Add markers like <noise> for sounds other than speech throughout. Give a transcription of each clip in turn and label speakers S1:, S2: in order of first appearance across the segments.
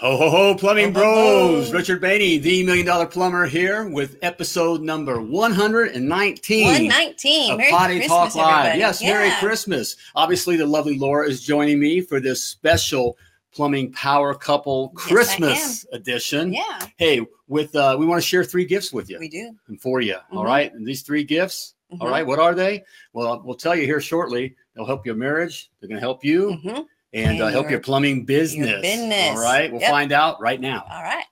S1: Ho ho ho, plumbing
S2: Ho, ho,
S1: bros!
S2: ho.
S1: Richard Bainey, the Million Dollar Plumber, here with episode number 119
S2: 119.
S1: of
S2: Merry
S1: Potty
S2: Christmas,
S1: Talk Live.
S2: everybody.
S1: Yes, Merry Christmas! Obviously, the lovely Laura is joining me for this special plumbing power couple
S2: Yes, I
S1: Christmas edition.
S2: Yeah,
S1: Hey, with uh, we want to share three gifts with you
S2: we do.
S1: and for you. all
S2: Mhm.
S1: right, and these three gifts.
S2: Mhm.
S1: all right, what are they? Well, we'll tell you here shortly. They'll help your marriage. They're going to help you.
S2: Mhm.
S1: and uh,
S2: And
S1: help
S2: your-
S1: your plumbing business.
S2: business.
S1: All right, we'll
S2: Yep.
S1: find out right now.
S2: All right.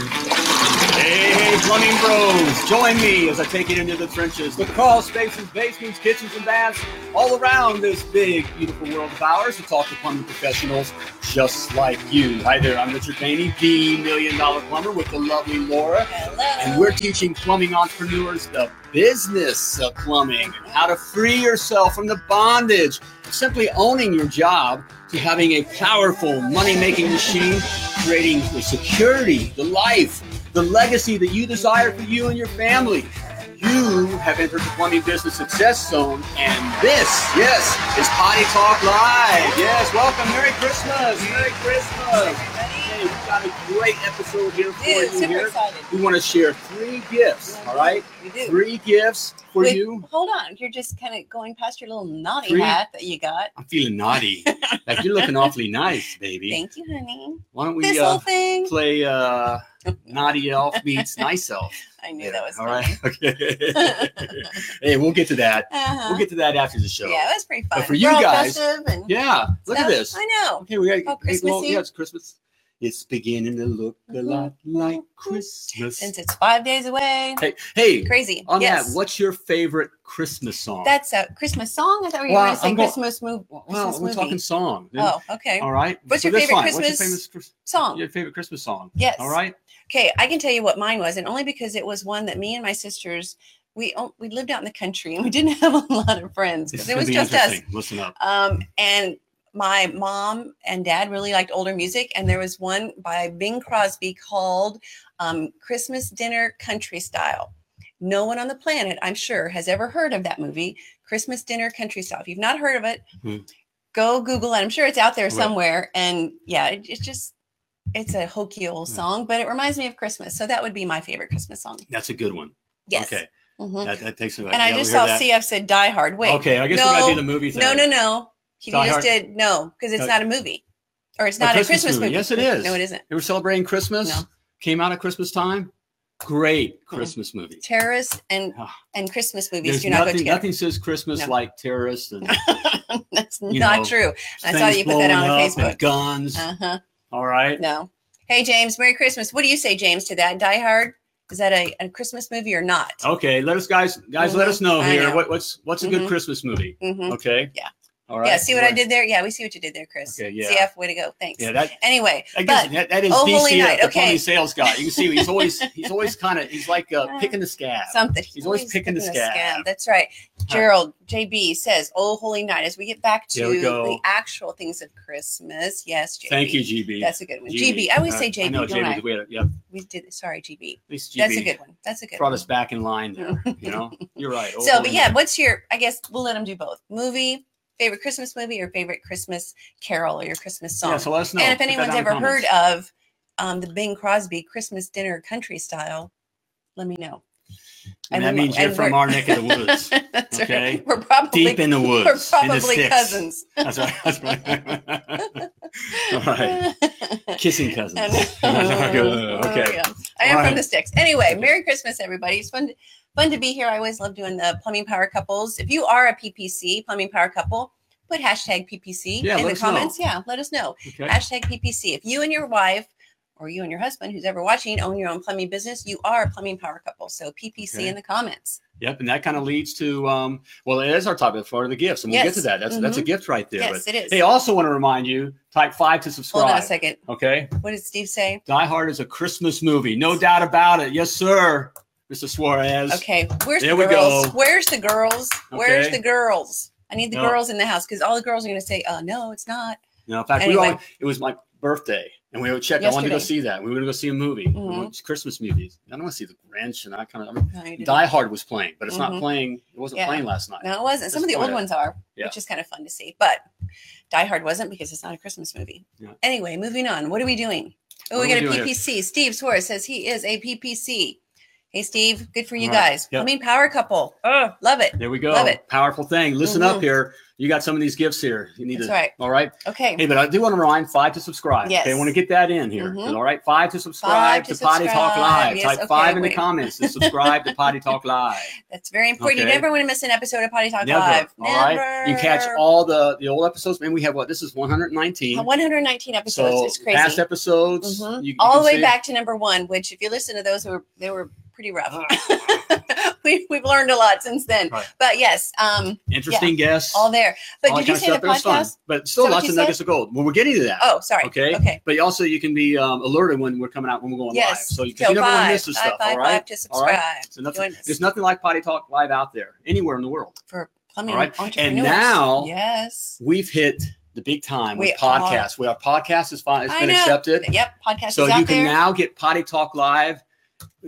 S1: Hey, hey, plumbing bros, join me as I take it into the trenches, the crawl spaces, basements, kitchens, and baths, all around this big, beautiful world of ours to talk to plumbing professionals just like you. Hi there, I'm Richard Bainey, the Million Dollar Plumber with the lovely Laura.
S2: Hello.
S1: And we're teaching plumbing entrepreneurs the business of plumbing and how to free yourself from the bondage of simply owning your job to having a powerful money making machine, creating the security, the life, the legacy that you desire for you and your family. You have entered the plumbing business success zone, and this, yes, is Potty Talk Live. Yes, welcome. Merry Christmas. Merry Christmas. Hey, we've got a great episode here for
S2: Dude,
S1: you
S2: super
S1: here.
S2: excited.
S1: We want to share three gifts, all right?
S2: We do.
S1: Three gifts for
S2: Wait,
S1: you.
S2: Hold on. You're just kind of going past your little naughty
S1: Three.
S2: hat that you got.
S1: I'm feeling naughty. like you're looking awfully nice, baby.
S2: Thank you, honey.
S1: Why don't
S2: this
S1: we
S2: whole
S1: uh,
S2: thing.
S1: play uh, naughty elf meets nice elf?
S2: <laughs> I knew that was
S1: all
S2: funny.
S1: right. Okay. <laughs> hey, we'll get to that.
S2: Uh-huh.
S1: We'll get to that after the show.
S2: yeah, it was pretty fun.
S1: But for you
S2: We're all
S1: guys-
S2: festive and
S1: Yeah, Look at
S2: stuff.
S1: this.
S2: I know.
S1: Okay, we got
S2: Oh,
S1: hey, well,
S2: Christmassy? Uh-huh.
S1: yeah, it's Christmas. It's beginning to look a lot like Christmas.
S2: Since it's five days away.
S1: Hey, hey,
S2: Crazy.
S1: on
S2: yes.
S1: that, what's your favorite Christmas song?
S2: That's a Christmas song. I thought we were
S1: Well,
S2: going to say
S1: I'm going-
S2: Christmas move.
S1: well,
S2: Christmas
S1: we're
S2: movie.
S1: talking song.
S2: Oh, okay.
S1: All right.
S2: What's your
S1: that's
S2: favorite
S1: fine. What's your,
S2: Christmas-
S1: famous, Chris-
S2: Song.
S1: your favorite Christmas song?
S2: Yes.
S1: All right.
S2: Okay, I can tell you what mine was, and only because it was one that me and my sisters we o- we lived out in the country and we didn't <laughs> have a lot of friends
S1: This is
S2: because it
S1: gonna
S2: was
S1: be
S2: just us.
S1: interesting. Listen up.
S2: Um, and my mom and dad really liked older music, and there was one by Bing Crosby called um, "Christmas Dinner Country Style." No one on the planet, I'm sure, has ever heard of that movie, Christmas Dinner Country Style. If you've not heard of it,
S1: Hmm.
S2: go Google it. I'm sure it's out there
S1: Right.
S2: somewhere. And yeah, it, it's just it's a hokey old
S1: Hmm.
S2: song, but it reminds me of Christmas. So that would be my favorite Christmas song.
S1: That's a good one.
S2: Yes.
S1: Okay.
S2: Mhm.
S1: That, that takes me back.
S2: And I
S1: Yeah, we
S2: just
S1: heard
S2: saw
S1: that.
S2: CF said Die Hard. Wait,
S1: Okay. I guess we're going to do
S2: No,
S1: the movie thing.
S2: no, no, no. You
S1: Die
S2: just
S1: Hard.
S2: did no because it's
S1: No.
S2: not a movie, or it's
S1: A
S2: not a
S1: Christmas
S2: Christmas,
S1: movie.
S2: movie.
S1: Yes, it is.
S2: No, it isn't.
S1: They were celebrating Christmas.
S2: No.
S1: Came out at Christmas time. Great Christmas movie.
S2: Terrorists and
S1: Ah.
S2: and Christmas movies
S1: There's
S2: do not go
S1: nothing,
S2: together.
S1: nothing says Christmas
S2: No.
S1: like terrorists and
S2: That's
S1: you
S2: not
S1: know,
S2: true. <laughs> I saw
S1: things
S2: you put that on
S1: blowing up and
S2: Facebook.
S1: Guns.
S2: Uh huh.
S1: All right.
S2: No. Hey James, Merry Christmas. What do you say, James, to that? Die Hard is that a, a Christmas movie or not?
S1: Okay. Let us guys guys let
S2: Mhm.
S1: us know
S2: I
S1: here
S2: know.
S1: what, what's what's a good
S2: Mhm.
S1: Christmas movie.
S2: hmm
S1: Okay.
S2: Yeah.
S1: All right.
S2: Yeah. See what I
S1: Right.
S2: did there? Yeah, we see what you did there, Chris.
S1: Okay, yeah.
S2: CF, way to go. Thanks.
S1: Yeah. That
S2: Anyway,
S1: I guess
S2: But-
S1: that, that is
S2: Oh, Holy
S1: DC,
S2: Night,
S1: the
S2: okay.
S1: plumbing sales guy. You can see he's
S2: <laughs>
S1: always he's always kind of he's like uh,
S2: Uh,
S1: picking the scab.
S2: something.
S1: He's always picking the scab.
S2: That's right. Gerald JB says, "Oh, holy night!" As we get back to
S1: There we go.
S2: the actual things of Christmas, yes, JB.
S1: Thank you, GB.
S2: That's a good one. GB. I always
S1: Uh,
S2: say JB,
S1: I know
S2: don't
S1: JB.
S2: I?
S1: 's weird. Yeah, at
S2: We did. Sorry, GB.
S1: least GB
S2: That's a good one. That's a good.
S1: brought
S2: one.
S1: us back in line
S2: <laughs>
S1: there. You know, you're right. Oh,
S2: So, but yeah,
S1: man.
S2: what's your? I guess we'll let them do both. Movie, favorite Christmas movie, or favorite Christmas carol, or your Christmas song.
S1: yeah. So let us know.
S2: and if
S1: Put that
S2: anyone's
S1: down in
S2: ever
S1: the
S2: heard
S1: comments.
S2: of um, the Bing Crosby Christmas dinner country style, let me know.
S1: and that
S2: we will-
S1: means you're
S2: and
S1: from
S2: we're-
S1: our neck of the woods,
S2: That's right.
S1: Okay.
S2: <laughs> We're probably
S1: deep in the
S2: We're
S1: woods, in the
S2: probably
S1: sticks.
S2: cousins.
S1: That's right. That's
S2: <laughs>
S1: right. <laughs> All right, kissing cousins. <laughs> okay.
S2: Oh, yeah. I am
S1: All right.
S2: from the sticks. Anyway, Merry Christmas, everybody. It's fun, fun to be here. I always love doing the plumbing power couples. If you are a PPC, plumbing power couple, put hashtag PPC
S1: Yeah,
S2: in
S1: let
S2: the
S1: us know.
S2: comments. Yeah, let us know.
S1: Okay.
S2: Hashtag PPC. If you and your wife or you and your husband, who's ever watching, own your own plumbing business, you are a plumbing power couple. So PPC
S1: Okay.
S2: in the comments.
S1: Yep, and that kind of leads to um, well, it is our topic for the gifts, and we'll get
S2: Yes. Mm-hmm.
S1: to that. That's that's a gift right there.
S2: yes, it
S1: But
S2: is.
S1: they also want to remind you, type five to subscribe.
S2: Hold on a second.
S1: Okay,
S2: What did Steve say?
S1: Die Hard is a Christmas movie, no doubt about it. Yes, sir, Mr. Suarez.
S2: Okay, where's
S1: There
S2: the
S1: we
S2: girls?
S1: go.
S2: Where's the girls? Where's
S1: Okay.
S2: the girls? I need the
S1: No.
S2: girls in the house because all the girls are going to say, "Oh no, "Uh, it's not."
S1: Now, in fact, we
S2: Anyway.
S1: all, it was my birthday, And we would check. I wanted to go see
S2: Yesterday.
S1: that. We were going to go see a movie. We
S2: Mhm.
S1: went to Christmas movies. I don't want to see The Grinch and that kind of. I mean,
S2: No, you didn't.
S1: Die Hard was playing, but it's not
S2: Mhm.
S1: playing. It wasn't
S2: Yeah.
S1: playing last night.
S2: No, it wasn't. Some of the old
S1: Disappointed.
S2: ones are,
S1: Yeah.
S2: which is kind of fun to see. But Die Hard wasn't because it's not a Christmas movie.
S1: Yeah.
S2: Anyway, moving on. What are we doing? Oh,
S1: What
S2: we
S1: are
S2: got
S1: we
S2: a
S1: doing here?
S2: PPC. Steve Suarez says he is a PPC. Hey, Steve, good for you
S1: All right.
S2: guys.
S1: Yep.
S2: I mean, power couple. Oh, love it.
S1: There we go.
S2: Love it.
S1: Powerful thing. Listen
S2: Mhm.
S1: up here. You got some of these gifts here. You need
S2: That's
S1: to.
S2: right.
S1: All right.
S2: Okay.
S1: Hey, but I do want to remind five to subscribe.
S2: Yes.
S1: Okay, I want to get that in here.
S2: Mhm.
S1: All right, five to subscribe
S2: to
S1: to, Potty Talk
S2: subscribe.
S1: Live.
S2: Yes,
S1: Type
S2: okay,
S1: five in
S2: wait.
S1: the comments to subscribe to Potty
S2: <laughs>
S1: Talk Live.
S2: That's very important. You
S1: Okay.
S2: never want to miss an episode of Potty Talk
S1: Never.
S2: Live.
S1: All right, you can catch
S2: Never. Uh,
S1: all the the old episodes. Man, we have what? This is 119.
S2: 119 episodes.
S1: So
S2: it's crazy.
S1: past episodes,
S2: Mhm.
S1: you- you
S2: all
S1: can
S2: the way
S1: see-
S2: back to number one, which if you listen to those, they were they were pretty rough. <laughs> we, we've learned a lot since then.
S1: Ah. Right.
S2: But yes, um,
S1: Interesting guests.
S2: all there. But
S1: all that
S2: did you
S1: kind
S2: say the
S1: of stuff, and it's
S2: podcast?
S1: fun. But still
S2: that what
S1: lots
S2: you
S1: of
S2: said?
S1: nuggets of gold. Well, we're getting to that.
S2: Oh, sorry.
S1: Okay.
S2: Okay.
S1: But you also you can be um, alerted when we're coming out when we're going live.
S2: Yes.
S1: So you, 'cause you never want to miss this
S2: five,
S1: stuff.
S2: five,
S1: all right.
S2: five to
S1: All right?
S2: subscribe.
S1: So nothing-
S2: Join us
S1: There's nothing like Potty Talk Live out there anywhere in the world.
S2: for plumbing
S1: All right. And
S2: entrepreneurs.
S1: now-
S2: yes.
S1: We've hit the big time
S2: We
S1: with podcasts. We, our podcast is fine. It's
S2: I
S1: been
S2: know.
S1: accepted.
S2: Yep. Podcast
S1: So
S2: is out
S1: you can
S2: there.
S1: now get Potty Talk Live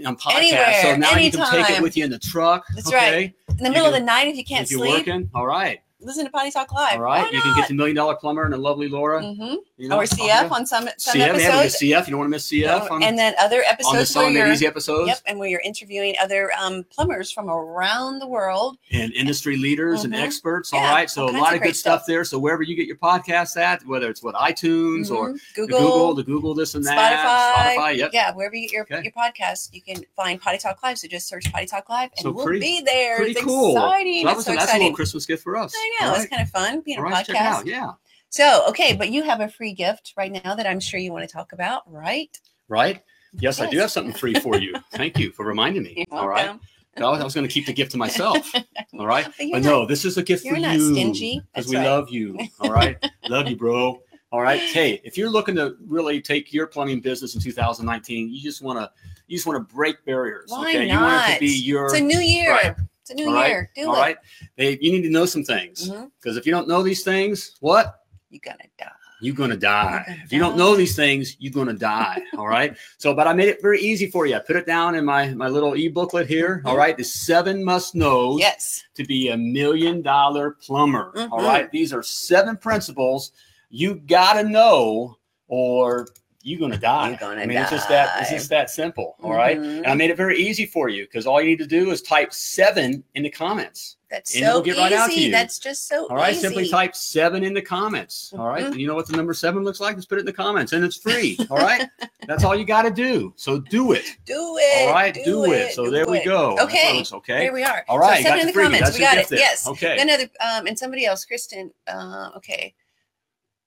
S1: on podcast.
S2: Anywhere,
S1: so now you can take
S2: anytime.
S1: it with you in the truck.
S2: That's right.
S1: okay?
S2: In the
S1: you
S2: middle of the
S1: can-
S2: night, if you can't
S1: if you're
S2: sleep,
S1: working, all right.
S2: listen to Potty Talk Live.
S1: All right. You can get the Million Dollar Plumber and the Lovely Laura.
S2: hmm
S1: You
S2: Or
S1: all
S2: CF
S1: good.
S2: on some some
S1: CF, yeah, we have
S2: episodes.
S1: CF. You don't want to miss CF on,
S2: and then other
S1: on the
S2: episodes where
S1: Selling It
S2: you're
S1: Easy episodes
S2: yep, and where you're interviewing other um, plumbers from around the world.
S1: and industry leaders and
S2: Mhm.
S1: experts.
S2: Yeah,
S1: all right. So
S2: all
S1: a
S2: kinds
S1: lot
S2: of
S1: of
S2: great
S1: good stuff
S2: stuff.
S1: there. So wherever you get your podcasts at, whether it's with iTunes or
S2: Mhm.
S1: the
S2: Google,
S1: Google, the Google this and that,
S2: Spotify.
S1: Spotify. Yep.
S2: yeah, wherever you get your,
S1: Okay.
S2: your podcast, you can find Potty Talk Live. So just search Potty Talk Live, and
S1: So
S2: we'll
S1: pretty-
S2: be there.
S1: Pretty
S2: it's
S1: cool.
S2: exciting.
S1: So that
S2: it's
S1: was
S2: so
S1: a, that's a
S2: exciting.
S1: little Christmas gift for us.
S2: I know
S1: All
S2: it's kind of fun being
S1: All
S2: a
S1: right, check it
S2: podcast.
S1: out. Yeah.
S2: So okay, but you have a free gift right now that I'm sure you want to talk about, right?
S1: Right. Yes, I do
S2: Yes.
S1: have something free for
S2: <laughs>
S1: you. Thank you for reminding me.
S2: You're
S1: All right.
S2: welcome.
S1: I was, I was going to keep the gift to
S2: <laughs>
S1: myself. All right.
S2: But you're
S1: But
S2: not,
S1: no, this is a gift
S2: you're
S1: for
S2: not
S1: you.
S2: stingy.
S1: because
S2: That's
S1: we
S2: right.
S1: love you. All right,
S2: <laughs>
S1: love you, bro. All right, hey, if you're looking to really take your plumbing business in 2019, you just want to you just want to break barriers.
S2: Why
S1: okay, you want it
S2: not?
S1: to be your
S2: it's a new year.
S1: Right.
S2: It's a new
S1: All right.
S2: year. Do
S1: all
S2: it.
S1: right. Hey, you need to know some things
S2: Mhm.
S1: because if you don't know these things, what
S2: You're gonna die.
S1: you're gonna die.
S2: You're gonna
S1: If you don't
S2: die.
S1: know these things, you're gonna
S2: <laughs>
S1: die. All right. So, but I made it very easy for you. I put it down in my my little e booklet here.
S2: Mm-hmm.
S1: All right, the seven must knows
S2: Yes.
S1: to be a million dollar plumber.
S2: Mhm.
S1: All right. These are seven principles you gotta know or you're gonna die.
S2: You're gonna
S1: I mean, it's just that it's
S2: die.
S1: just that simple. All right.
S2: Mhm.
S1: And I made it very easy for you because all you need to do is type seven in the comments.
S2: That's
S1: and
S2: so
S1: it'll get right out to
S2: easy.
S1: you.
S2: That's just so
S1: All right,
S2: easy.
S1: simply type seven in the comments. All right?
S2: Mhm.
S1: and you know what the number seven looks like? Just put it in the comments, and it's
S2: <laughs>
S1: free. All right, that's all you got to do. So do it.
S2: Do it.
S1: all right, do, it. So
S2: do
S1: there we
S2: it.
S1: go. That's
S2: Okay.
S1: what it's- okay.
S2: There we are.
S1: All right,
S2: So
S1: you
S2: send
S1: got
S2: it in
S1: the
S2: the
S1: freebie.
S2: comments.
S1: That's
S2: We
S1: your
S2: got it.
S1: gift there.
S2: Yes.
S1: Okay. <laughs>
S2: Another um, and somebody else, Kristen. Uh, okay.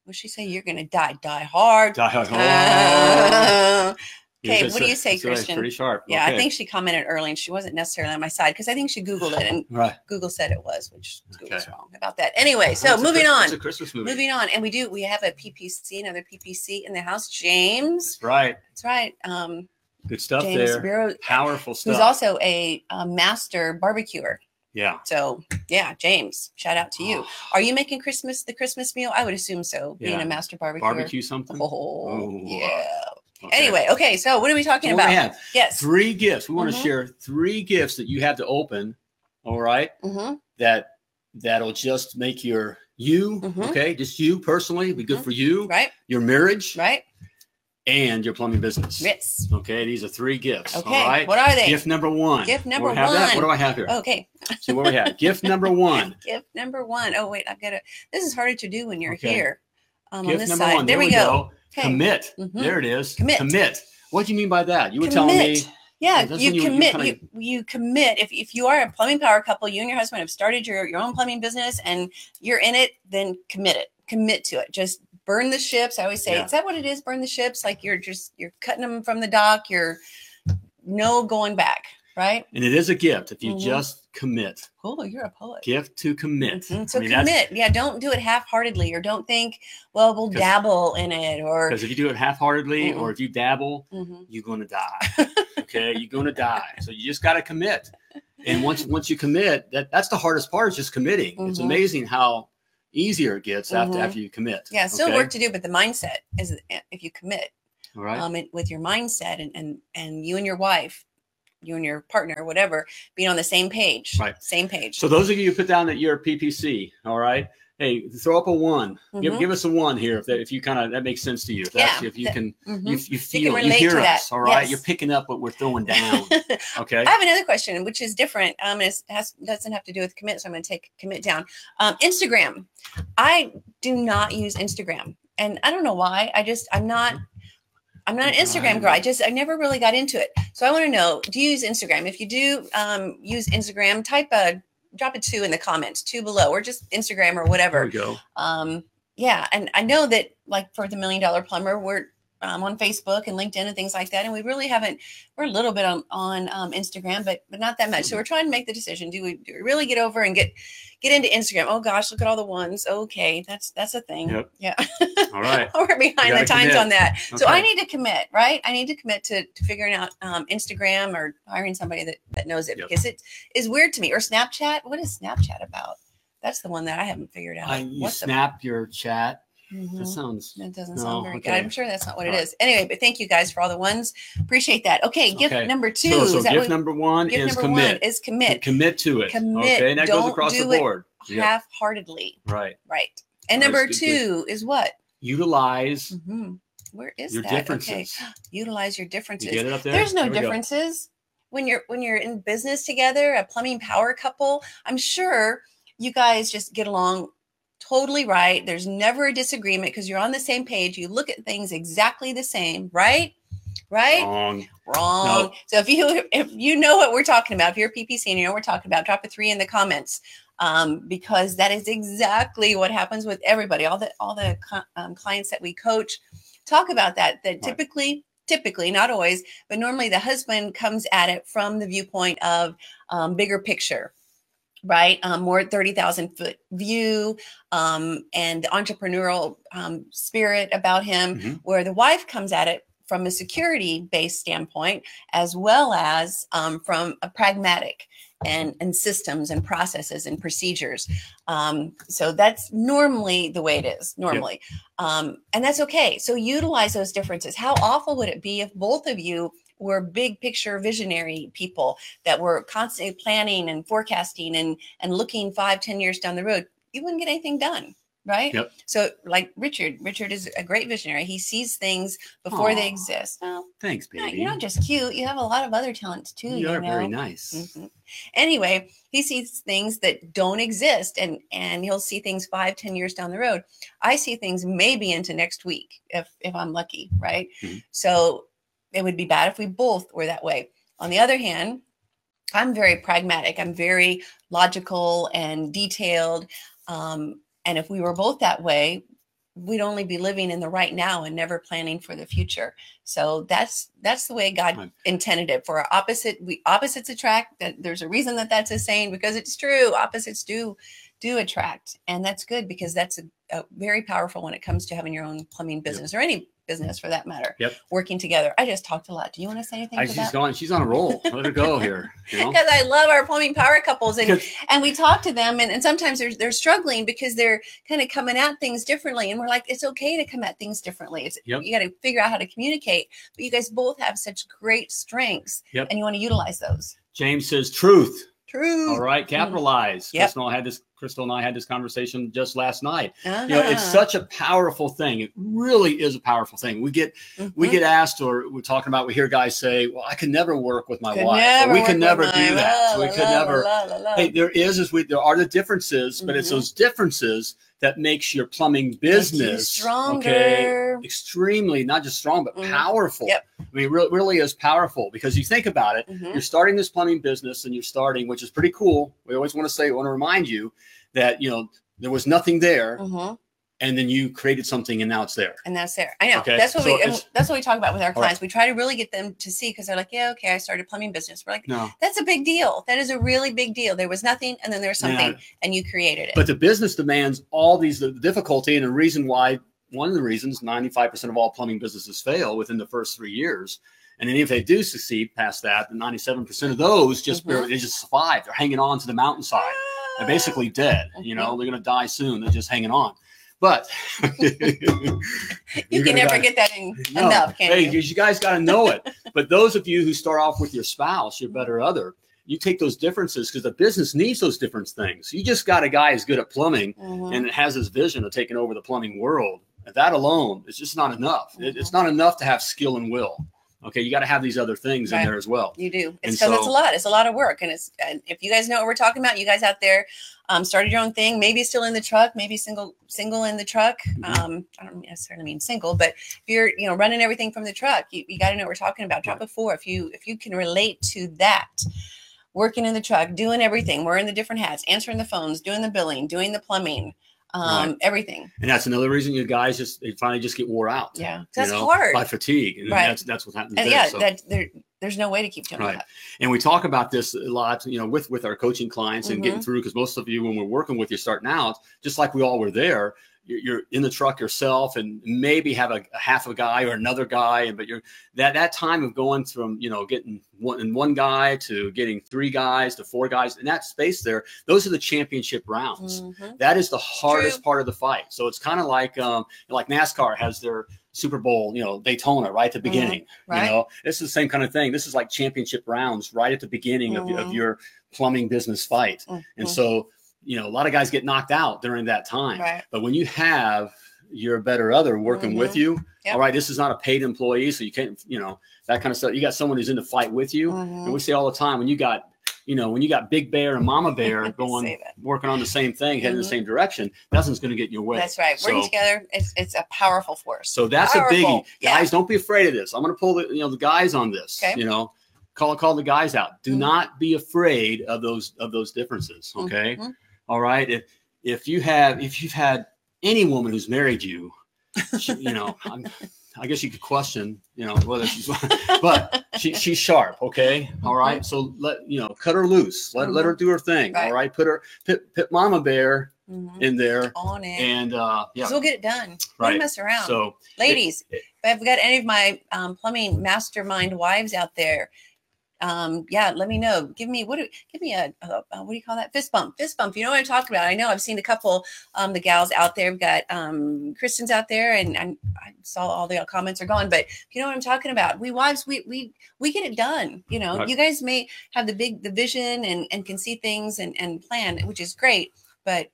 S2: What she say? You're gonna die. Die <laughs> hard.
S1: Die hard.
S2: Uh,
S1: You're
S2: okay,
S1: just
S2: what do
S1: a-
S2: you say,
S1: so that's
S2: Christian?
S1: Pretty sharp.
S2: yeah,
S1: Okay.
S2: I think she commented early, and she wasn't necessarily on my side because I think she googled it,
S1: <laughs>
S2: and
S1: Right.
S2: Google said it was, which Google's
S1: Okay.
S2: wrong about that. Anyway, so
S1: That's a
S2: moving
S1: Chris-
S2: on,
S1: It's a Christmas movie.
S2: moving on, and we do we have a PPC, another PPC in the house, James.
S1: That's right.
S2: That's right. Um,
S1: Good stuff
S2: James
S1: there.
S2: Bureau,
S1: Powerful
S2: who's
S1: stuff.
S2: also a, uh master barbecuer.
S1: yeah. Oh,
S2: So yeah, James, shout out to
S1: <sighs>
S2: you. Are you making Christmas the Christmas meal? I would assume so, being
S1: Yeah.
S2: a master barbecuer.
S1: Barbecue something.
S2: Oh,
S1: Ooh. uh,
S2: yeah.
S1: Okay.
S2: Anyway, okay, so what are we talking
S1: So what
S2: about?
S1: we have
S2: Yes.
S1: three gifts. We want
S2: Mhm.
S1: to share three gifts that you have to open. All right.
S2: hmm
S1: that that'll just make your you
S2: Mhm.
S1: okay just you personally be good
S2: Mhm.
S1: for you
S2: Right,
S1: your marriage
S2: right.
S1: and your plumbing business
S2: Yes.
S1: okay these are three gifts
S2: Okay.
S1: all right
S2: What are they?
S1: gift number one
S2: Gift
S1: Do I
S2: number
S1: have that?
S2: one. Oh.
S1: what do i have here
S2: okay.
S1: so what do we
S2: <laughs>
S1: have gift number one
S2: Gift number one. Oh wait, I've got to. This is harder to do when you're
S1: Okay.
S2: here. Um, on
S1: gift
S2: this
S1: number
S2: side.
S1: one
S2: There, we go. Okay.
S1: commit
S2: Mhm.
S1: there it is
S2: Commit.
S1: commit what do you mean by that you were telling me
S2: Commit. Yeah,
S1: Yeah, that's
S2: you
S1: when you- you
S2: commit. You,
S1: kinda-
S2: you, commit. If, if you are a plumbing power couple, you and your husband have started your, your own plumbing business and you're in it, then commit it. Commit to it. Just burn the ships. I always say,
S1: Yeah.
S2: is that what it is? Burn the ships. Like you're just you're cutting them from the dock. You're no going back. Right?
S1: and it is a gift if you
S2: Mhm.
S1: just commit
S2: Cool. You're a poet.
S1: gift to commit
S2: Mhm. So
S1: I mean, that's
S2: commit. Yeah. Don't do it half heartedly or don't think, well, we'll
S1: 'Cause-
S2: dabble in it or.
S1: because if you do it half-heartedly
S2: Mhm.
S1: or if you dabble
S2: Mhm.
S1: you're gonna
S2: <laughs>
S1: die. Okay, you're gonna die. So you just gotta commit. And once once you commit, that that's the hardest part is just committing. It's
S2: Mhm.
S1: amazing how easier it gets after
S2: Mhm.
S1: after you commit.
S2: Yeah. Still
S1: okay?
S2: work to do, but the mindset is if you commit,
S1: All right.
S2: um, and with your mindset and, and and you and your wife, you and your partner, or whatever, being on the same page.
S1: Right.
S2: Same page.
S1: so those of you who put down that you're a PPC, all right. Hey, throw up a one. Give,
S2: Mhm.
S1: give us a one here if that if you kind of that makes sense to you. If that's,
S2: Yeah,
S1: if you
S2: that-
S1: can
S2: Mhm. <laughs>
S1: you, you feel you,
S2: relate
S1: hear
S2: to that.
S1: us, all right.
S2: Yes.
S1: You're picking up what we're
S2: <laughs>
S1: throwing down. Okay.
S2: I have another question, which is different. Um, and it has, doesn't have to do with commit, so I'm going to take commit down. Um, Instagram. I do not use Instagram, and I don't know why. I just I'm not. I'm not an Instagram girl. I just I never really got into it. So I want to know: Do you use Instagram? If you do um, use Instagram, type a drop a two in the comments, two below, or just Instagram or
S1: There
S2: whatever.
S1: we go.
S2: Um, yeah, and I know that like for the Million Dollar Plumber, we're um, on Facebook and LinkedIn and things like that, and we really haven't. We're a little bit on on um, Instagram, but but not that much. So we're trying to make the decision: do we do we really get over and get get into Instagram? Oh gosh, look at all the ones. Okay, that's that's a thing.
S1: Yep.
S2: Yeah, <laughs>
S1: All right.
S2: we're behind
S1: gotta
S2: the times
S1: commit.
S2: on that.
S1: Okay.
S2: So I need to commit, right? I need to commit to, to figuring out um, Instagram or hiring somebody that, that knows it
S1: Yep.
S2: because it is weird to me. Or Snapchat. What is Snapchat about? That's the one that I haven't figured out.
S1: I, you
S2: What's the-
S1: snap your chat. That
S2: Mhm.
S1: sounds
S2: That doesn't
S1: No,
S2: sound very good.
S1: okay.
S2: I'm sure that's not what it
S1: All
S2: is.
S1: right.
S2: Anyway, but thank you guys for all the ones. Appreciate that. Okay, gift
S1: Okay.
S2: number two.
S1: so. So
S2: is that
S1: gift
S2: what-
S1: number one
S2: gift
S1: is
S2: number
S1: commit.
S2: one is commit
S1: Commit to it.
S2: Commit.
S1: Okay, and that goes
S2: Don't
S1: across the
S2: do it
S1: board. Yeah,
S2: half-heartedly.
S1: right.
S2: Right. And
S1: All right,
S2: number
S1: good,
S2: two is what?
S1: Utilize
S2: Mhm. Where is
S1: your
S2: that? Okay.
S1: differences.
S2: Utilize your
S1: You
S2: differences.
S1: get it up there?
S2: There's no
S1: There we go.
S2: differences when you're when you're in business together, a plumbing power couple. I'm sure you guys just get along totally right. There's never a disagreement because you're on the same page. You look at things exactly the same, right? Right?
S1: Wrong.
S2: Wrong. So if you if you know what we're talking about, if you're a PPC and you know what we're talking about, drop a three in the comments um, because that is exactly what happens with everybody. All the all the cl- um, clients that we coach talk about that. That
S1: Right.
S2: typically, typically not always, but normally the husband comes at it from the viewpoint of um, bigger picture. Right, um, more thirty thousand foot view, um, and the entrepreneurial um, spirit about him
S1: Mhm.
S2: where the wife comes at it from a security based standpoint as well as um, from a pragmatic and, and systems and processes and procedures um, so that's normally the way it is normally um, and that's okay so utilize those differences how awful would it be if both of you were big picture visionary people that were constantly planning and forecasting and and looking five ten years down the road you wouldn't get anything done right
S1: Yep.
S2: so like richard richard is a great visionary he sees things before they
S1: Aw.
S2: exist oh
S1: Thanks,
S2: you're not,
S1: baby.
S2: you're not just cute you have a lot of other talents too
S1: You
S2: you,
S1: are
S2: know?
S1: very nice.
S2: Mhm. Anyway, he sees things that don't exist and and he'll see things five, ten years down the road. I see things maybe into next week if if I'm lucky, right?
S1: Mhm.
S2: So it would be bad if we both were that way. On the other hand, I'm very pragmatic. I'm very logical and detailed. Um, and if we were both that way, we'd only be living in the right now and never planning for the future. So that's that's the way God
S1: Right.
S2: intended it for our opposite. We opposites attract. That there's a reason that that's a saying because it's true. Opposites do do attract, and that's good because that's a, a very powerful when it comes to having your own plumbing business or any business for that matter.
S1: Yep.
S2: Working together. I just talked a lot. Do you want to say anything?
S1: I,
S2: to
S1: she's
S2: that?
S1: gone. She's on a roll. Let her go here. You
S2: <laughs>
S1: know?
S2: because I love our plumbing power couples and,
S1: Because-
S2: and we talk to them and, and sometimes they're, they're struggling because they're kind of coming at things differently and we're like it's okay to come at things differently it's
S1: Yep.
S2: you got to figure out how to communicate but you guys both have such great strengths
S1: Yep.
S2: and you want to utilize those
S1: James says truth.
S2: true
S1: All right, capitalize.
S2: Mm-hmm. Yep.
S1: Crystal and I had this. Crystal and I had this conversation just last night.
S2: uh-huh.
S1: you know it's such a powerful thing it really is a powerful thing we get we
S2: Mhm.
S1: get asked or we're talking about we hear guys say well i can never work with my
S2: Could
S1: wife or, we
S2: work
S1: can
S2: with
S1: never do
S2: my-
S1: that
S2: la,
S1: we
S2: la,
S1: could
S2: la,
S1: never
S2: la, la, la.
S1: hey there is is we there are the differences but it's
S2: Mhm.
S1: those differences that makes your plumbing
S2: Makes you
S1: business okay
S2: stronger
S1: extremely not just strong but
S2: Mhm.
S1: powerful
S2: Yep.
S1: i mean it re- really is powerful because you think about it
S2: Mhm.
S1: you're starting this plumbing business and you're starting which is pretty cool we always want to say want to remind you that you know there was nothing there
S2: Mhm.
S1: and then you created something and now it's there.
S2: and that's there. I know.
S1: Okay,
S2: That's what
S1: so
S2: we and
S1: it's-
S2: that's what we talk about with our
S1: right.
S2: clients. We try to really get them to see because they're like, yeah, okay, I started a plumbing business. We're like,
S1: No.
S2: That's a big deal. That is a really big deal. There was nothing, and then there was something,
S1: Yeah.
S2: and you created it.
S1: But the business demands all these the difficulty and the reason why one of the reasons 95% of all plumbing businesses fail within the first three years. And then if they do succeed past that, the 97% of those just
S2: Mhm.
S1: barely, they just survive. They're hanging on to the mountainside. They're basically dead. You know, they're going to die soon. They're just hanging on. But <laughs>
S2: you can never get that in
S1: No.
S2: enough, can
S1: hey,
S2: you?
S1: you you guys got to know it. but those of you who start off with your spouse, your better other, you take those differences because the business needs those different things. You just got a guy who's good at plumbing
S2: Mhm.
S1: and has his vision of taking over the plumbing world. That alone is just not enough. It- It's not enough to have skill and will. Okay, you got to have these other things
S2: Right.
S1: in there as well.
S2: You do.
S1: And
S2: It's because it's a
S1: so-
S2: lot. It's a lot of work, and it's and if you guys know what we're talking about, you guys out there um, started your own thing. Maybe still in the truck. Maybe single single in the truck.
S1: Mhm.
S2: Um, I don't necessarily mean single, but if you're you know running everything from the truck, you, you got to know what we're talking about. Drop a four if you if you can relate to that. Working in the truck, doing everything, wearing the different hats, answering the phones, doing the billing, doing the plumbing, um, everything.
S1: And that's another reason you guys just they finally just get wore out. you
S2: Yeah, 'Cause that's
S1: know,
S2: hard.
S1: by fatigue, and
S2: Right.
S1: that's that's what happens.
S2: and
S1: there,
S2: yeah,
S1: so.
S2: that there, there's no way to keep doing
S1: Right.
S2: that.
S1: and we talk about this a lot you know with with our coaching clients and getting through because most of you when we're working with you starting out just like we all were there you're, you're in the truck yourself and maybe have a, a half a guy or another guy but you're that that time of going from you know getting one and one guy to getting three guys to four guys in that space there those are the championship rounds
S2: Mhm.
S1: that is the hardest
S2: True.
S1: part of the fight. So it's kind of like um, like NASCAR has their Super Bowl, you know, Daytona right at the beginning.
S2: Right.
S1: You know, this is the same kind of thing. This is like championship rounds right at the beginning of,
S2: Mhm.
S1: of your plumbing business fight. And
S2: Mhm.
S1: so, you know, a lot of guys get knocked out during that time.
S2: Right.
S1: But when you have your better other working with you,
S2: Mm-hmm. Yep.
S1: all right, this is not a paid employee, so you can't, you know, that kind of stuff. You got someone who's in the fight with you.
S2: Mhm.
S1: And we say all the time when you got, you know, when you got Big Bear and
S2: <laughs>
S1: Mama Bear
S2: Say
S1: going,
S2: that.
S1: working on the same thing, heading
S2: Mhm.
S1: the same direction, nothing's going to get in your way.
S2: That's right.
S1: So,
S2: Working together, it's, it's a powerful force.
S1: so that's a
S2: Powerful.
S1: biggie,
S2: Yeah.
S1: guys. Don't be afraid of this. I'm going to pull the, you know, the guys on this.
S2: Okay.
S1: You know, call call the guys out. Do
S2: Mhm.
S1: not be afraid of those of those differences. Okay.
S2: Mhm.
S1: All right. If if you have if you've had any woman who's married you, she, you
S2: <laughs>
S1: know, I'm, I guess you could question, you know, whether she's, <laughs> but she, she's sharp. Okay. All right. So let, you know, cut her loose. Let, let her do her thing.
S2: Mm-hmm. Right.
S1: All right. Put her, put, put mama bear
S2: Mhm.
S1: in there.
S2: on it.
S1: And, uh, yeah.
S2: 'Cause we'll get it done. Don't
S1: Right.
S2: mess around.
S1: So,
S2: Ladies,
S1: it-
S2: if I've got any of my um, plumbing mastermind wives out there, um, yeah, let me know. Give me what? Do, give me a, a, a what do you call that? Fist bump. Fist bump. You know what I'm talking about. I know I've seen a couple um, the gals out there. We've got um, Kristen's out there, and, and I saw all the comments are gone. But you know what I'm talking about. We wives, we we we get it done. You know,
S1: Right.
S2: you guys may have the big the vision and and can see things and and plan, which is great. But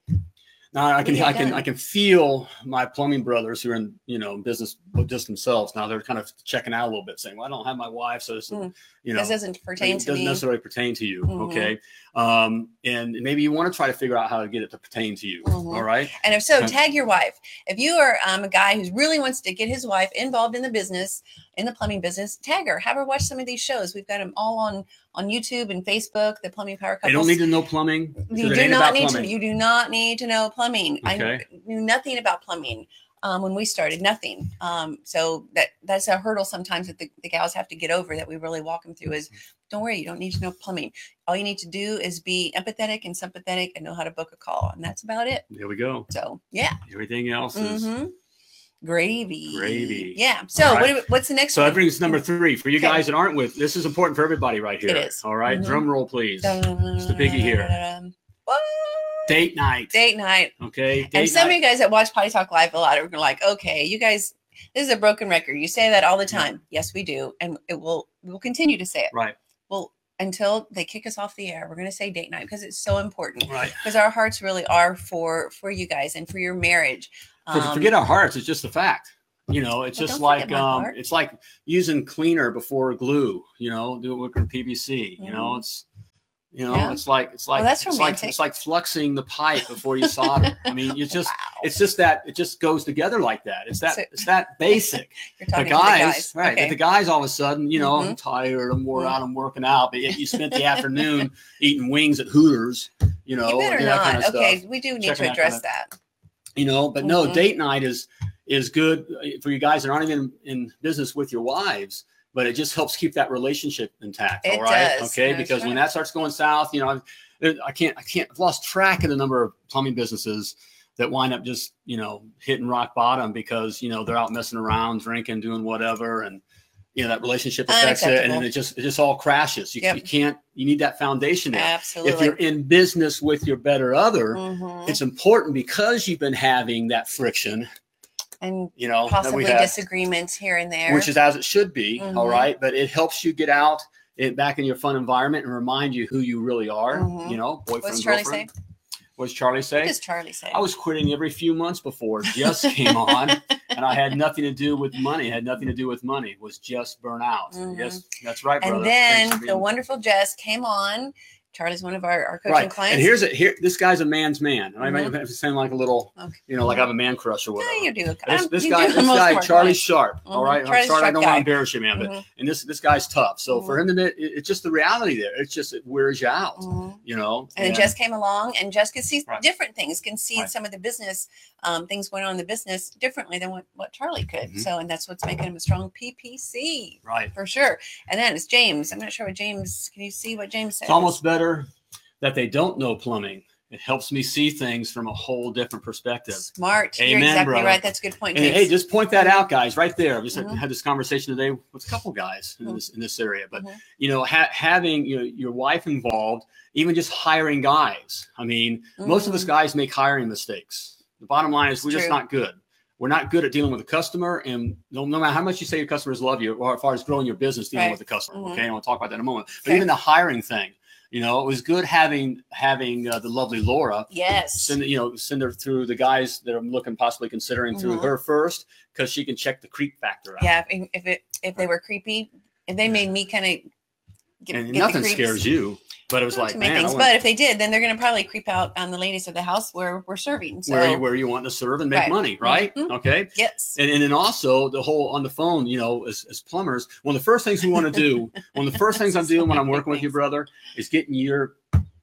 S1: Now I can
S2: Yeah,
S1: I can
S2: done.
S1: I can feel my plumbing brothers who are in you know business just themselves. Now they're kind of checking out a little bit, saying, "Well, I don't have my wife, so this,
S2: Mm.
S1: you know
S2: this doesn't pertain
S1: it
S2: to
S1: doesn't
S2: me.
S1: necessarily pertain to you."
S2: Mhm.
S1: Okay, um, and maybe you want to try to figure out how to get it to pertain to you.
S2: Mhm.
S1: all right,
S2: And if so,
S1: Huh.
S2: tag your wife. If you are um, a guy who really wants to get his wife involved in the business, in the plumbing business, tag her. Have her watch some of these shows. We've got them all on on YouTube and Facebook. The Plumbing Power Couples.
S1: they don't need to know plumbing. because
S2: you
S1: it
S2: do
S1: ain't
S2: not
S1: about
S2: need to.
S1: plumbing.
S2: You do not need to know plumbing. I
S1: Okay.
S2: knew nothing about plumbing um, when we started. Nothing. Um, so that that's a hurdle sometimes that the, the gals have to get over. That we really walk them through is. Don't worry, you don't need to know plumbing. All you need to do is be empathetic and sympathetic and know how to book a call. And that's about it.
S1: There we go.
S2: So, yeah.
S1: Everything else is.
S2: Mm-hmm. Gravy.
S1: Gravy.
S2: Yeah. So
S1: All right.
S2: what, what's the next
S1: So that
S2: one?
S1: brings us number three for you
S2: Okay.
S1: guys that aren't with. This is important for everybody right here.
S2: It is.
S1: All right?
S2: Mhm.
S1: drum roll please.
S2: It's
S1: the biggie here.
S2: Um, What?
S1: Date night.
S2: Date night.
S1: Okay, date
S2: and some
S1: night.
S2: of you guys that watch Potty Talk Live a lot are like, okay, you guys, this is a broken record. You say that all the
S1: Yeah.
S2: time. Yes, we do. And it will, we'll continue to say it.
S1: Right,
S2: Well, until they kick us off the air, we're going to say date night because it's so important.
S1: right.
S2: Because our hearts really are for for you guys and for your marriage. Um,
S1: For- forget our hearts. It's just a fact. You know, it's
S2: Well,
S1: just
S2: don't
S1: like
S2: forget my
S1: um,
S2: heart.
S1: it's like using cleaner before glue. You know, do it with PVC. You know, it's you know,
S2: Mm. Yeah.
S1: it's like it's like
S2: Well, that's
S1: it's like
S2: romantic.
S1: it's like fluxing the pipe before you solder. I mean, it's just
S2: <laughs> wow.
S1: it's just that it just goes together like that. It's that
S2: So-
S1: it's that
S2: <laughs>
S1: basic.
S2: You're
S1: The
S2: talking
S1: guys,
S2: to the guys.
S1: right? but
S2: Okay. Mm-hmm.
S1: The guys all of a sudden, you know, I'm tired, I'm worn
S2: Mhm.
S1: out, I'm working out, but yet you spent
S2: <laughs>
S1: the afternoon eating wings at Hooters. You know,
S2: you
S1: and
S2: better
S1: that
S2: not.
S1: kind of stuff
S2: okay. We do need
S1: Checking
S2: to
S1: that
S2: address
S1: kinda-
S2: that.
S1: you know but no
S2: Mhm.
S1: date night is is good uh, for you guys that aren't even in business with your wives but it just helps keep that relationship intact
S2: It
S1: all right
S2: does.
S1: okay
S2: That's
S1: because when
S2: right.
S1: that starts going south you know I've, there- i can't i can't I've lost track of the number of plumbing businesses that wind up just you know hitting rock bottom because you know they're out messing around drinking doing whatever and you know that relationship affects it and then it just it just all crashes you,
S2: Yep.
S1: you can't you need that foundation there. if
S2: Absolutely.
S1: you're in business with your better other
S2: Mhm.
S1: it's important because you've been having that friction
S2: And
S1: you know that
S2: possibly
S1: we have
S2: disagreements here and there.
S1: which is as it should be all
S2: Mhm.
S1: right but it helps you get out it back in your fun environment and remind you who you really are
S2: Mhm.
S1: you know boyfriend
S2: What's Charlie say?
S1: girlfriend what does charlie say
S2: What does Charlie say?
S1: I was quitting every few months before Just
S2: <laughs>
S1: came on, and I had nothing to do with money. Had nothing to do with money. Was just burnout.
S2: Mhm.
S1: Yes, that's right, brother.
S2: and
S1: Thanks for
S2: then
S1: being-
S2: the wonderful Jess came on. Charlie's one of our, our coaching
S1: right.
S2: clients.
S1: And here's it. Here, this guy's a man's man. And I might sound like a little,
S2: Okay.
S1: you know, like I'm a man crush or whatever.
S2: no, you do.
S1: This,
S2: I'm-
S1: this
S2: Um, you
S1: guy,
S2: do
S1: this
S2: most
S1: guy,
S2: of our
S1: Charlie
S2: clients.
S1: Sharp. All
S2: Mhm.
S1: right, I'm
S2: Charlie's
S1: sorry, I
S2: sharp
S1: don't want
S2: guy.
S1: to embarrass you, man, but
S2: Mhm,
S1: and this this guy's tough. So for
S2: Mhm.
S1: him to, admit, it, it's just the reality there. It's just it wears you out,
S2: mhm.
S1: you know.
S2: And then Jess came along, and Jess could see
S1: Right.
S2: different things, can see
S1: Right.
S2: some of the business um, things going on in the business differently than what, what Charlie could.
S1: Mhm.
S2: So, and that's what's making him a strong PPC
S1: right.
S2: for sure. And then it's James. I'm not sure what James. Can you see what James said?
S1: It's almost better that they don't know plumbing. It helps me see things from a whole different perspective.
S2: smart. You're
S1: Amen,
S2: exactly
S1: brother.
S2: right. That's a good point.
S1: And
S2: James.
S1: hey, just point that out, guys, right there. I just
S2: Mhm.
S1: had this conversation today with a couple guys in
S2: Mhm.
S1: this in this area, but
S2: Mhm.
S1: you know, ha- having you know, your wife involved, even just hiring guys. I mean, most of us
S2: Mhm.
S1: guys make hiring mistakes. The bottom line is
S2: It's
S1: we're just
S2: true.
S1: not good. We're not good at dealing with the customer, and no, no matter how much you say your customers love you, or as far as growing your business, dealing
S2: Right.
S1: with the customer.
S2: Mhm.
S1: Okay, and we'll talk about that in a moment. But
S2: Okay.
S1: even the hiring thing, you know, it was good having having uh, the lovely Laura
S2: yes.
S1: send you know send her through the guys that I'm looking possibly considering through
S2: Mhm.
S1: her first because she can check the creep factor out.
S2: Yeah, if, if it if they were creepy, if they made me kind of get,
S1: and
S2: get
S1: nothing
S2: the creeps,
S1: scares you, but it was
S2: not
S1: like
S2: too many
S1: man, I
S2: things.
S1: wanna-
S2: But if they did, then they're going to probably creep out on the ladies of the house where we're serving. So
S1: where you where you want to serve and make
S2: Right.
S1: money, right?
S2: Mhm.
S1: Okay.
S2: yes,
S1: And, and then also the whole on the phone, you know, as, as plumbers, one of the first things we want to do,
S2: <laughs>
S1: one of the first things I'm doing when I'm working with you, brother, is getting your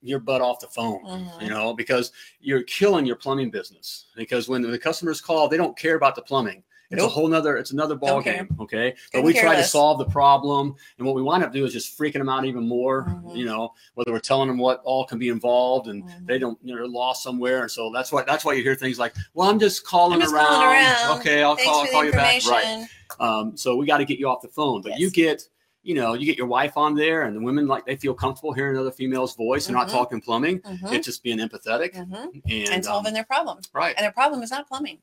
S1: your butt off the phone.
S2: Mhm.
S1: you know, because you're killing your plumbing business. Because when the customers call, they don't care about the plumbing. It's a
S2: Nope.
S1: whole nother, it's another ball
S2: Don't care.
S1: game. Okay. But
S2: Couldn't
S1: we
S2: care
S1: try to
S2: less.
S1: solve the problem. And what we wind up doing is just freaking them out even more,
S2: Mhm.
S1: you know, whether we're telling them what all can be involved and
S2: Mhm.
S1: they don't, they're lost somewhere. And so that's why, that's why you hear things like, well, I'm just calling,
S2: I'm just
S1: around.
S2: calling around.
S1: Okay. I'll
S2: thanks
S1: call,
S2: for
S1: I'll
S2: the
S1: call you back.
S2: information.
S1: Right. Um, so we got to get you off the phone. But you
S2: Yes.
S1: get, you know, you get your wife on there, and the women like they feel comfortable hearing another female's voice. They're
S2: Mhm.
S1: not talking plumbing.
S2: Mhm,
S1: It's just being empathetic
S2: mhm,
S1: and,
S2: And,
S1: um,
S2: solving their problem,
S1: right,
S2: and their problem is not plumbing.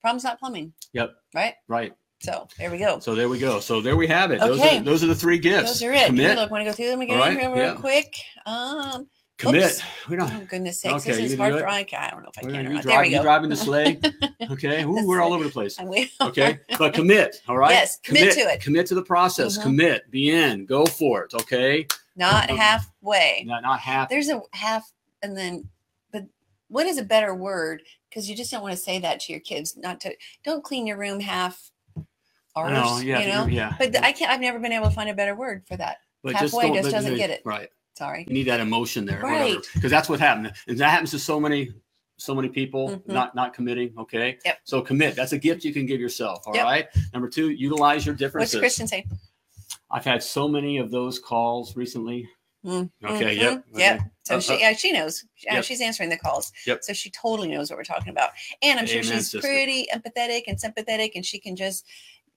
S2: Problem's not plumbing.
S1: Yep.
S2: Right.
S1: right.
S2: So there we go.
S1: So there we go. So there we have it. Those
S2: Okay.
S1: are those are the three gifts.
S2: Those are it.
S1: Commit,
S2: Look, want to go through them again
S1: All right,
S2: real,
S1: yeah.
S2: real quick? Um,
S1: commit.
S2: Oops.
S1: We
S2: oh
S1: don't.
S2: goodness sakes,
S1: Okay,
S2: this
S1: you
S2: is
S1: can do
S2: hard
S1: it.
S2: for I, I don't know if I
S1: we're-
S2: can or
S1: you
S2: not. there
S1: drive-
S2: we
S1: you
S2: go.
S1: driving the sleigh.
S2: <laughs>
S1: Okay. Ooh,
S2: That's
S1: we're all
S2: it.
S1: over the place.
S2: I will.
S1: Okay, but commit. All right.
S2: Yes, commit to it.
S1: Commit to the process.
S2: Mhm.
S1: Commit. Be in. Go for it. Okay.
S2: <laughs> Not
S1: Mhm.
S2: halfway.
S1: Not not happy.
S2: There's a half, and then, but what is a better word? Because you just don't want to say that to your kids. Not to don't clean your room half. Ours,
S1: No. Yeah.
S2: you know.
S1: Yeah.
S2: But th- I can't. I've never been able to find a better word for that.
S1: But
S2: halfway
S1: don't-
S2: just
S1: but-
S2: doesn't get it.
S1: Right.
S2: Sorry.
S1: you need that emotion there
S2: Right.
S1: because that's what happened and that happens to so many so many people
S2: Mhm.
S1: not not committing okay
S2: Yep.
S1: so commit that's a gift you can give yourself All right.
S2: Yep.
S1: number two utilize your
S2: What's
S1: differences
S2: Christian say?
S1: i've had so many of those calls recently
S2: Mm,
S1: okay
S2: mhm,
S1: yep
S2: yep. So
S1: Uh,
S2: she,
S1: uh,
S2: yeah, she knows. Yeah,
S1: yep.
S2: She's answering the calls.
S1: Yep.
S2: So she totally knows what we're talking about, and I'm sure
S1: Amen,
S2: she's
S1: sister.
S2: pretty empathetic and sympathetic, and she can just.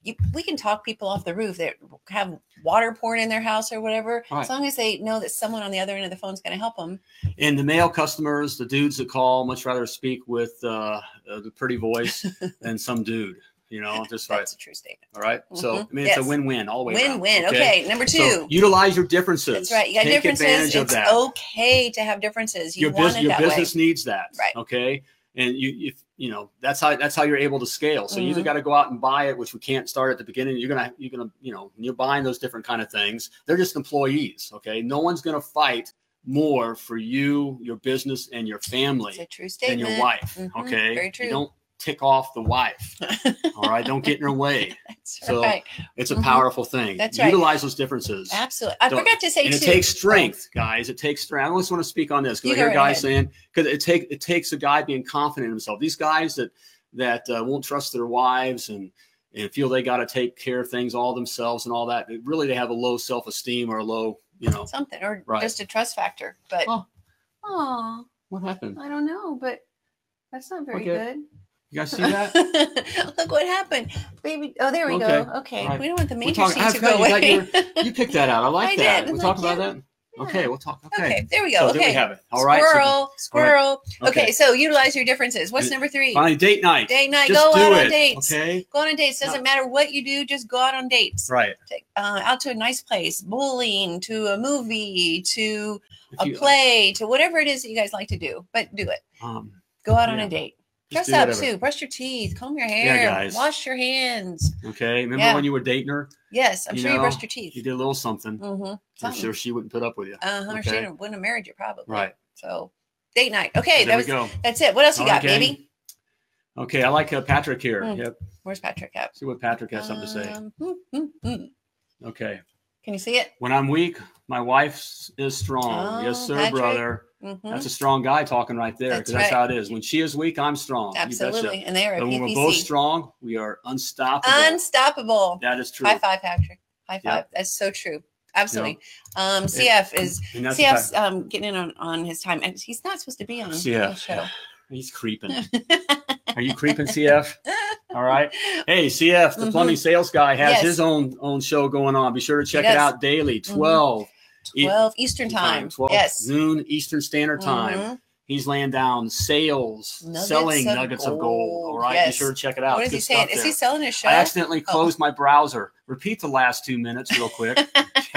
S2: You, we can talk people off the roof that have water poured in their house or whatever,
S1: Right.
S2: as long as they know that someone on the other end of the phone is going to help them.
S1: and the male customers the dudes that call much rather speak with uh, uh the pretty
S2: <laughs>
S1: voice than some dude you know just right
S2: That's a true statement.
S1: all right? so i
S2: Mhm.
S1: mean it's
S2: Yes.
S1: a win-win all the way around,
S2: Win-win. Okay. number two.
S1: so utilize your differences
S2: That's right. You got
S1: Take
S2: differences.
S1: advantage of
S2: It's
S1: that.
S2: okay to have differences. You
S1: your
S2: want
S1: business
S2: it
S1: your
S2: that
S1: business needs that
S2: Right.
S1: okay and you if you know that's how that's how you're able to scale so you either
S2: Mhm.
S1: got to go out and buy it which we can't start at the beginning you're gonna you're gonna you know you're buying those different kind of things they're just employees okay no one's gonna fight more for you your business and your
S2: way.
S1: family
S2: It's a true
S1: than
S2: statement.
S1: your wife
S2: Mhm.
S1: okay
S2: Very
S1: you
S2: true.
S1: don't tick off the
S2: <laughs>
S1: wife all right don't get in her way
S2: That's
S1: So,
S2: right.
S1: it's a
S2: Mhm.
S1: powerful thing
S2: That's right.
S1: utilize those differences
S2: Absolutely. I
S1: don't-
S2: forgot to say
S1: and
S2: too.
S1: it takes strength, guys. It takes strength. I always want to speak on this because
S2: You
S1: I
S2: go
S1: hear
S2: right
S1: guys saying because it take it takes a guy being confident in himself. These guys that that uh, won't trust their wives and and feel they got to take care of things all themselves and all that. it- really, they have a low self esteem or a low you know.
S2: something or
S1: Right.
S2: just a trust factor. But
S1: Oh.
S2: oh,
S1: What happened?
S2: I don't know, but that's not very
S1: Okay.
S2: good.
S1: You guys see that?
S2: <laughs> Look what happened, baby. Oh, there we
S1: Okay.
S2: go. Okay,
S1: All right.
S2: we don't want the
S1: We're
S2: major
S1: talking-
S2: sheet
S1: I
S2: to
S1: forgot
S2: go
S1: you got
S2: away.
S1: You picked that out. I like
S2: <laughs> I
S1: that.
S2: did.
S1: We'll
S2: It's
S1: talk
S2: like,
S1: about that.
S2: <laughs> yeah.
S1: Okay, we'll talk. Okay.
S2: okay, there we go.
S1: So
S2: okay,
S1: there we have it. All right. so-
S2: squirrel, squirrel.
S1: okay.
S2: okay. so utilize your differences. What's number three?
S1: Finally, date night.
S2: Date night.
S1: Just
S2: go
S1: do
S2: out
S1: it.
S2: on dates.
S1: Okay.
S2: Go out on dates. Doesn't matter what you do. Just go out on dates.
S1: Right.
S2: Take- Uh, out to a nice place, bowling, to a movie, to
S1: If
S2: a
S1: you-
S2: play, to whatever it is that you guys like to do. But do it.
S1: Um,
S2: Go out on
S1: Yeah.
S2: a date.
S1: just
S2: Dress
S1: do
S2: up
S1: whatever.
S2: too. Brush your teeth. Comb your
S1: Yeah,
S2: hair.
S1: guys.
S2: Wash your hands.
S1: Okay. Remember
S2: Yeah.
S1: when you were dating her?
S2: Yes, I'm
S1: You
S2: sure you
S1: know,
S2: brushed your
S1: You
S2: teeth.
S1: did a little something.
S2: Mm-hmm.
S1: I'm sure she wouldn't put up with you.
S2: Uh, huh. She
S1: Okay.
S2: didn't- wouldn't have married you probably.
S1: Right.
S2: So date night. Okay,
S1: there
S2: that was
S1: we go.
S2: that's it. What else you
S1: All right,
S2: got,
S1: gang.
S2: baby?
S1: Okay. I like uh, Patrick here.
S2: Mm.
S1: Yep.
S2: Where's Patrick at?
S1: See what Patrick has something to say.
S2: Um, hmm, hmm, hmm.
S1: Okay.
S2: Can you see it?
S1: When I'm weak, my wife s- is strong.
S2: Oh,
S1: yes, sir,
S2: Patrick.
S1: brother.
S2: Mm-hmm.
S1: That's a strong guy talking right there.
S2: That's
S1: Because that's
S2: right.
S1: how it is. When she is weak, I'm strong. You
S2: Absolutely.
S1: betcha.
S2: And they are a
S1: But when we're both
S2: PPC.
S1: strong, we are unstoppable.
S2: Unstoppable.
S1: that is true.
S2: High five, Patrick. High
S1: Yeah.
S2: five. That's so true. Absolutely. Um, CF is
S1: And that's the
S2: CF's
S1: fact.
S2: um, getting in on, on his time, and he's not supposed to be on
S1: CF.
S2: the show.
S1: <laughs> He's
S2: <laughs>
S1: creeping. Are you creeping, CF? All right. Hey, CF, the
S2: Mhm.
S1: plumbing sales guy, has
S2: Yes.
S1: his own own show going on. Be sure to check it
S2: does.
S1: out daily, twelve E-
S2: Twelve Eastern time.
S1: 12
S2: Yes.
S1: noon Eastern Standard Time.
S2: Mhm.
S1: He's laying down sales,
S2: Nuggets
S1: selling
S2: of
S1: nuggets of gold.
S2: gold.
S1: All right,
S2: Yes.
S1: be sure to check it out.
S2: What is
S1: Good
S2: he saying?
S1: stuff
S2: Is he Oh.
S1: there.
S2: selling his show?
S1: I accidentally closed my browser. Repeat the last two minutes real
S2: <laughs>
S1: quick. <laughs>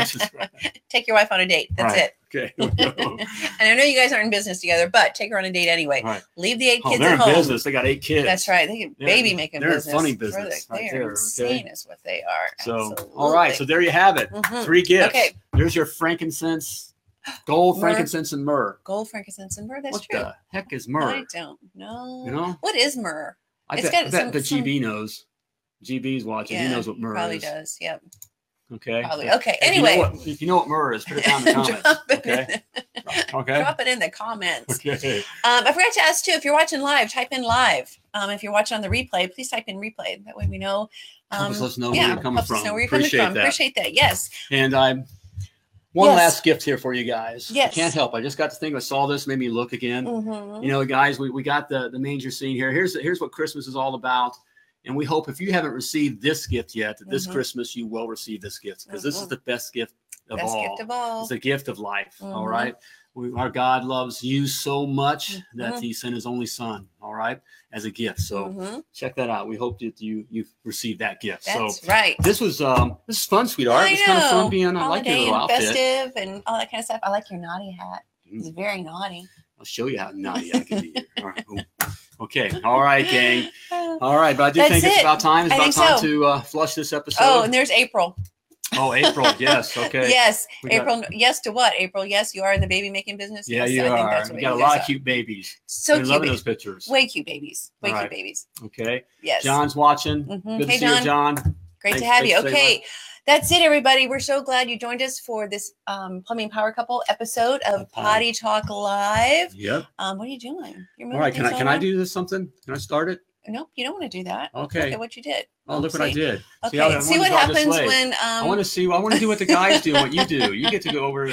S2: take your wife on a date. That's
S1: Right.
S2: it.
S1: okay. <laughs> here we go.
S2: And I know you guys aren't in business together, but take her on a date anyway.
S1: Right.
S2: Leave the eight
S1: Oh,
S2: kids
S1: they're
S2: at
S1: in
S2: home.
S1: business. They got eight kids.
S2: That's right. They
S1: They're-
S2: baby making
S1: they're in
S2: business.
S1: funny
S2: Brother,
S1: business right
S2: they are
S1: there, okay?
S2: insane is what they are.
S1: So, all right. So there you have it.
S2: Mhm.
S1: Three gifts.
S2: Okay.
S1: There's your frankincense, gold,
S2: Myrrh.
S1: frankincense, and myrrh.
S2: gold, frankincense, and myrrh. That's
S1: what
S2: true.
S1: the heck is
S2: I
S1: myrrh?
S2: don't know.
S1: You know?
S2: What is myrrh?
S1: I
S2: It's
S1: bet,
S2: got
S1: I bet
S2: some-
S1: the
S2: some-
S1: GB knows. GB's watching. he
S2: Yeah,
S1: knows what myrrh
S2: Probably
S1: is.
S2: does. Yep.
S1: Okay.
S2: Probably.
S1: If-
S2: Okay.
S1: if you know
S2: Anyway.
S1: what- if you know what myrrh is, put it
S2: <laughs>
S1: down in the comments.
S2: drop, it
S1: Okay.
S2: in,
S1: Okay.
S2: <laughs> drop it in the comments.
S1: Okay.
S2: Um, I forgot to ask too if you're watching live, type in live. Um, if you're watching on the replay, please type in replay. That way we know.
S1: Help
S2: Um,
S1: us, let us know where
S2: yeah,
S1: you're coming
S2: helps us
S1: from.
S2: know where you're coming
S1: Appreciate
S2: from.
S1: that.
S2: Appreciate that. Yes.
S1: And I'm one
S2: Yes.
S1: last gift here for you guys. I
S2: Yes.
S1: can't help. I just got to think. I saw this, made me look again.
S2: Mhm.
S1: You know, guys, we, we got the, the manger scene here. Here's here's what Christmas is all about. And we hope if you haven't received this gift yet, that this
S2: Mhm.
S1: Christmas you will receive this gift because this is
S2: Mhm.
S1: the best gift of
S2: Best
S1: all.
S2: gift of all.
S1: It's the gift of life. all
S2: Mhm.
S1: right. We, our God loves you so much that
S2: Mhm.
S1: he sent his only son, all right, as a gift. So
S2: Mhm.
S1: check that out. We hope that you you've received that gift.
S2: That's
S1: so
S2: right.
S1: this was um this is fun, sweetheart.
S2: I
S1: It's kind of fun
S2: know.
S1: being I like your
S2: Holiday
S1: little
S2: and
S1: outfit.
S2: festive and all that kind of stuff. I like your naughty hat. It's
S1: Mm,
S2: very naughty.
S1: I'll show you how naughty I can be here. All right. Ooh. Okay. All right, gang.
S2: <gasps> Oh,
S1: All right, but I do
S2: That's
S1: think it's
S2: it.
S1: about time. It's
S2: I
S1: about
S2: think
S1: time
S2: so.
S1: to uh, flush this episode.
S2: oh, and there's April.
S1: Oh, April.
S2: <laughs>
S1: Yes. Okay.
S2: Yes,
S1: We got-
S2: April. yes to what? April. Yes, you are in the baby making business.
S1: Yeah,
S2: yes,
S1: you
S2: I think
S1: are.
S2: that's what
S1: We got a
S2: you
S1: lot
S2: guys
S1: of
S2: are.
S1: cute babies.
S2: So
S1: Been
S2: cute.
S1: loving
S2: babies.
S1: those pictures.
S2: Way cute babies. Way
S1: All right.
S2: cute babies.
S1: Okay.
S2: Yes.
S1: John's watching.
S2: Mhm.
S1: Good to
S2: Hey,
S1: see
S2: John.
S1: you, John.
S2: Great to
S1: Thanks-
S2: have you.
S1: thanks for saying
S2: Okay. That's it, everybody. We're so glad you joined us for this um, Plumbing Power Couple episode
S1: Potty.
S2: of Potty Talk Live.
S1: Yep.
S2: Um, what are you doing? You're
S1: All right. Can
S2: things
S1: I can I
S2: around?
S1: do this something? Can I start it?
S2: Nope, you don't want to do that. Look
S1: Okay.
S2: at what you did.
S1: Oh, look what I
S2: see.
S1: did.
S2: Okay,
S1: how that
S2: see
S1: one's
S2: what
S1: all this
S2: happens
S1: way.
S2: when um
S1: I want to see. I want to do what the guys do. What you
S2: <laughs>
S1: do. You get to go over.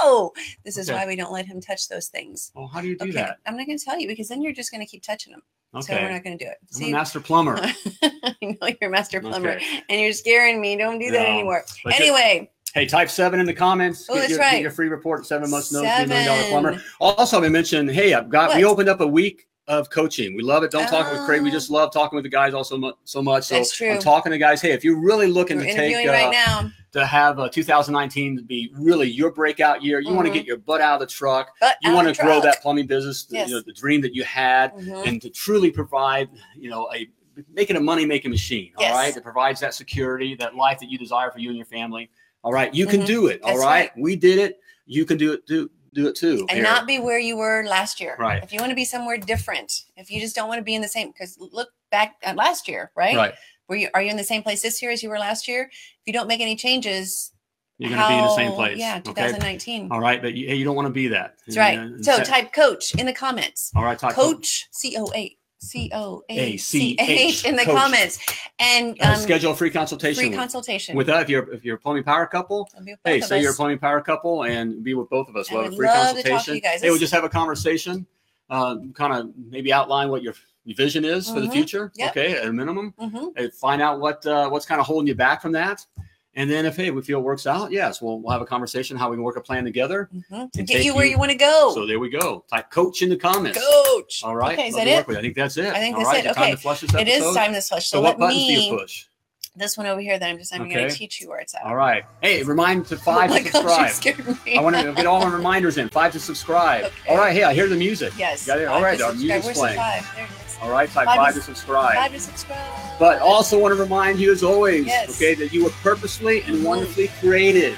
S2: no. This is
S1: Okay.
S2: why we don't let him touch those things.
S1: Oh, how do you do
S2: okay,
S1: that?
S2: I'm not going to tell you because then you're just going to keep touching them. So we're
S1: Okay.
S2: not going to do it.
S1: I'm a
S2: See,
S1: master plumber.
S2: <laughs> I know you're a master plumber,
S1: Okay.
S2: and you're scaring me. Don't do that
S1: No.
S2: anymore.
S1: But ju-
S2: anyway,
S1: Hey, type seven in the comments.
S2: Oh,
S1: get,
S2: that's
S1: your, get
S2: right.
S1: your free report. Seven months notice. Three
S2: seven.
S1: million dollar plumber. Also, I mentioned, hey, I've got we
S2: What?
S1: opened up a week of coaching. We love it. Don't talk with Craig. We
S2: Oh.
S1: just love talking with the guys also mu- so much. So
S2: That's true.
S1: I'm talking to guys. Hey, if you're really looking
S2: We're
S1: to take
S2: interviewing
S1: uh,
S2: right now.
S1: to have uh, 2019 to be really your breakout year, you want to
S2: Mhm.
S1: get your butt out of the truck.
S2: But
S1: You
S2: out
S1: want
S2: of
S1: to grow
S2: truck.
S1: that plumbing business, the,
S2: Yes.
S1: you know, the dream that you had,
S2: Mhm.
S1: and to truly provide, you know, a making a money making machine.
S2: Yes.
S1: All right, that provides that security, that life that you desire for you and your family. All right, you can
S2: Mhm.
S1: do it. all
S2: That's
S1: right? we did it. You can do it. Do do it too.
S2: and
S1: here.
S2: not be where you were last year.
S1: Right.
S2: If you want to be somewhere different, if you just don't want to be in the same, because look back at last year, right?
S1: right.
S2: Were you are you in the same place this year as you were last year? If you don't make any changes,
S1: You're going to be in the same
S2: how-
S1: place.
S2: Yeah,
S1: Okay.
S2: 2019.
S1: All right. But you, hey, you don't want to be that.
S2: That's right.
S1: And, uh,
S2: so
S1: that-
S2: type coach in the comments.
S1: All right. Type
S2: Coach C O A C O
S1: A
S2: A
S1: C
S2: C
S1: H,
S2: H in the
S1: coach.
S2: comments and
S1: uh,
S2: um,
S1: schedule a free consultation
S2: free
S1: with-
S2: consultation.
S1: with us. If you're, if you're a plumbing power couple,
S2: It'll be with
S1: hey,
S2: both of
S1: say you're a
S2: us.
S1: plumbing power couple and be with both of us.
S2: And
S1: We'll have a
S2: we'd
S1: free
S2: love to talk to
S1: consultation.
S2: you guys.
S1: Hey, we'll
S2: This-
S1: just have a conversation, uh, kind of maybe outline what your vision is for the
S2: Mhm.
S1: future.
S2: Yep.
S1: Okay, at a minimum,
S2: Mhm.
S1: and find out what uh, what's kind of holding you back from that. And then if hey, we feel it works out, yes, we'll we'll have a conversation how we can work a plan together.
S2: Mhm.
S1: And
S2: Get
S1: take
S2: you where
S1: you-
S2: you want to go,
S1: So there we go. Type coach in the comments.
S2: coach.
S1: All right.
S2: Okay, is
S1: Love
S2: that
S1: to work
S2: it?
S1: with you. I think that's it.
S2: I think
S1: All
S2: that's
S1: right,
S2: it.
S1: is Time
S2: Okay.
S1: to flush this
S2: It is
S1: episode?
S2: time to flush. So,
S1: So, what
S2: let
S1: buttons do you
S2: me
S1: push?
S2: this one over here that I'm just I'm going
S1: Okay.
S2: to teach you where it's at.
S1: All right. Hey, remind to five
S2: <laughs> oh my
S1: to
S2: gosh, you
S1: subscribe.
S2: scared me.
S1: I want
S2: <laughs>
S1: to get all my reminders in. Five to subscribe.
S2: Okay.
S1: All right. Hey, I hear the music.
S2: yes.
S1: Got it?
S2: five
S1: All right,
S2: to
S1: our
S2: subscribe.
S1: music's
S2: Where's
S1: playing.
S2: the five? There it is.
S1: All right. Type
S2: Five
S1: five,
S2: to
S1: to subscribe.
S2: Five to subscribe.
S1: But also want to remind you, as always,
S2: Yes.
S1: okay, that you were purposely and
S2: Mhm.
S1: wonderfully created.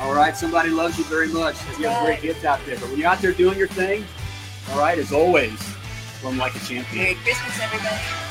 S1: All right. Somebody loves you very much. You have great
S2: Right.
S1: gifts out there. But when you're out there doing your thing, all right, as always, run like a champion.
S2: Merry Christmas, everybody.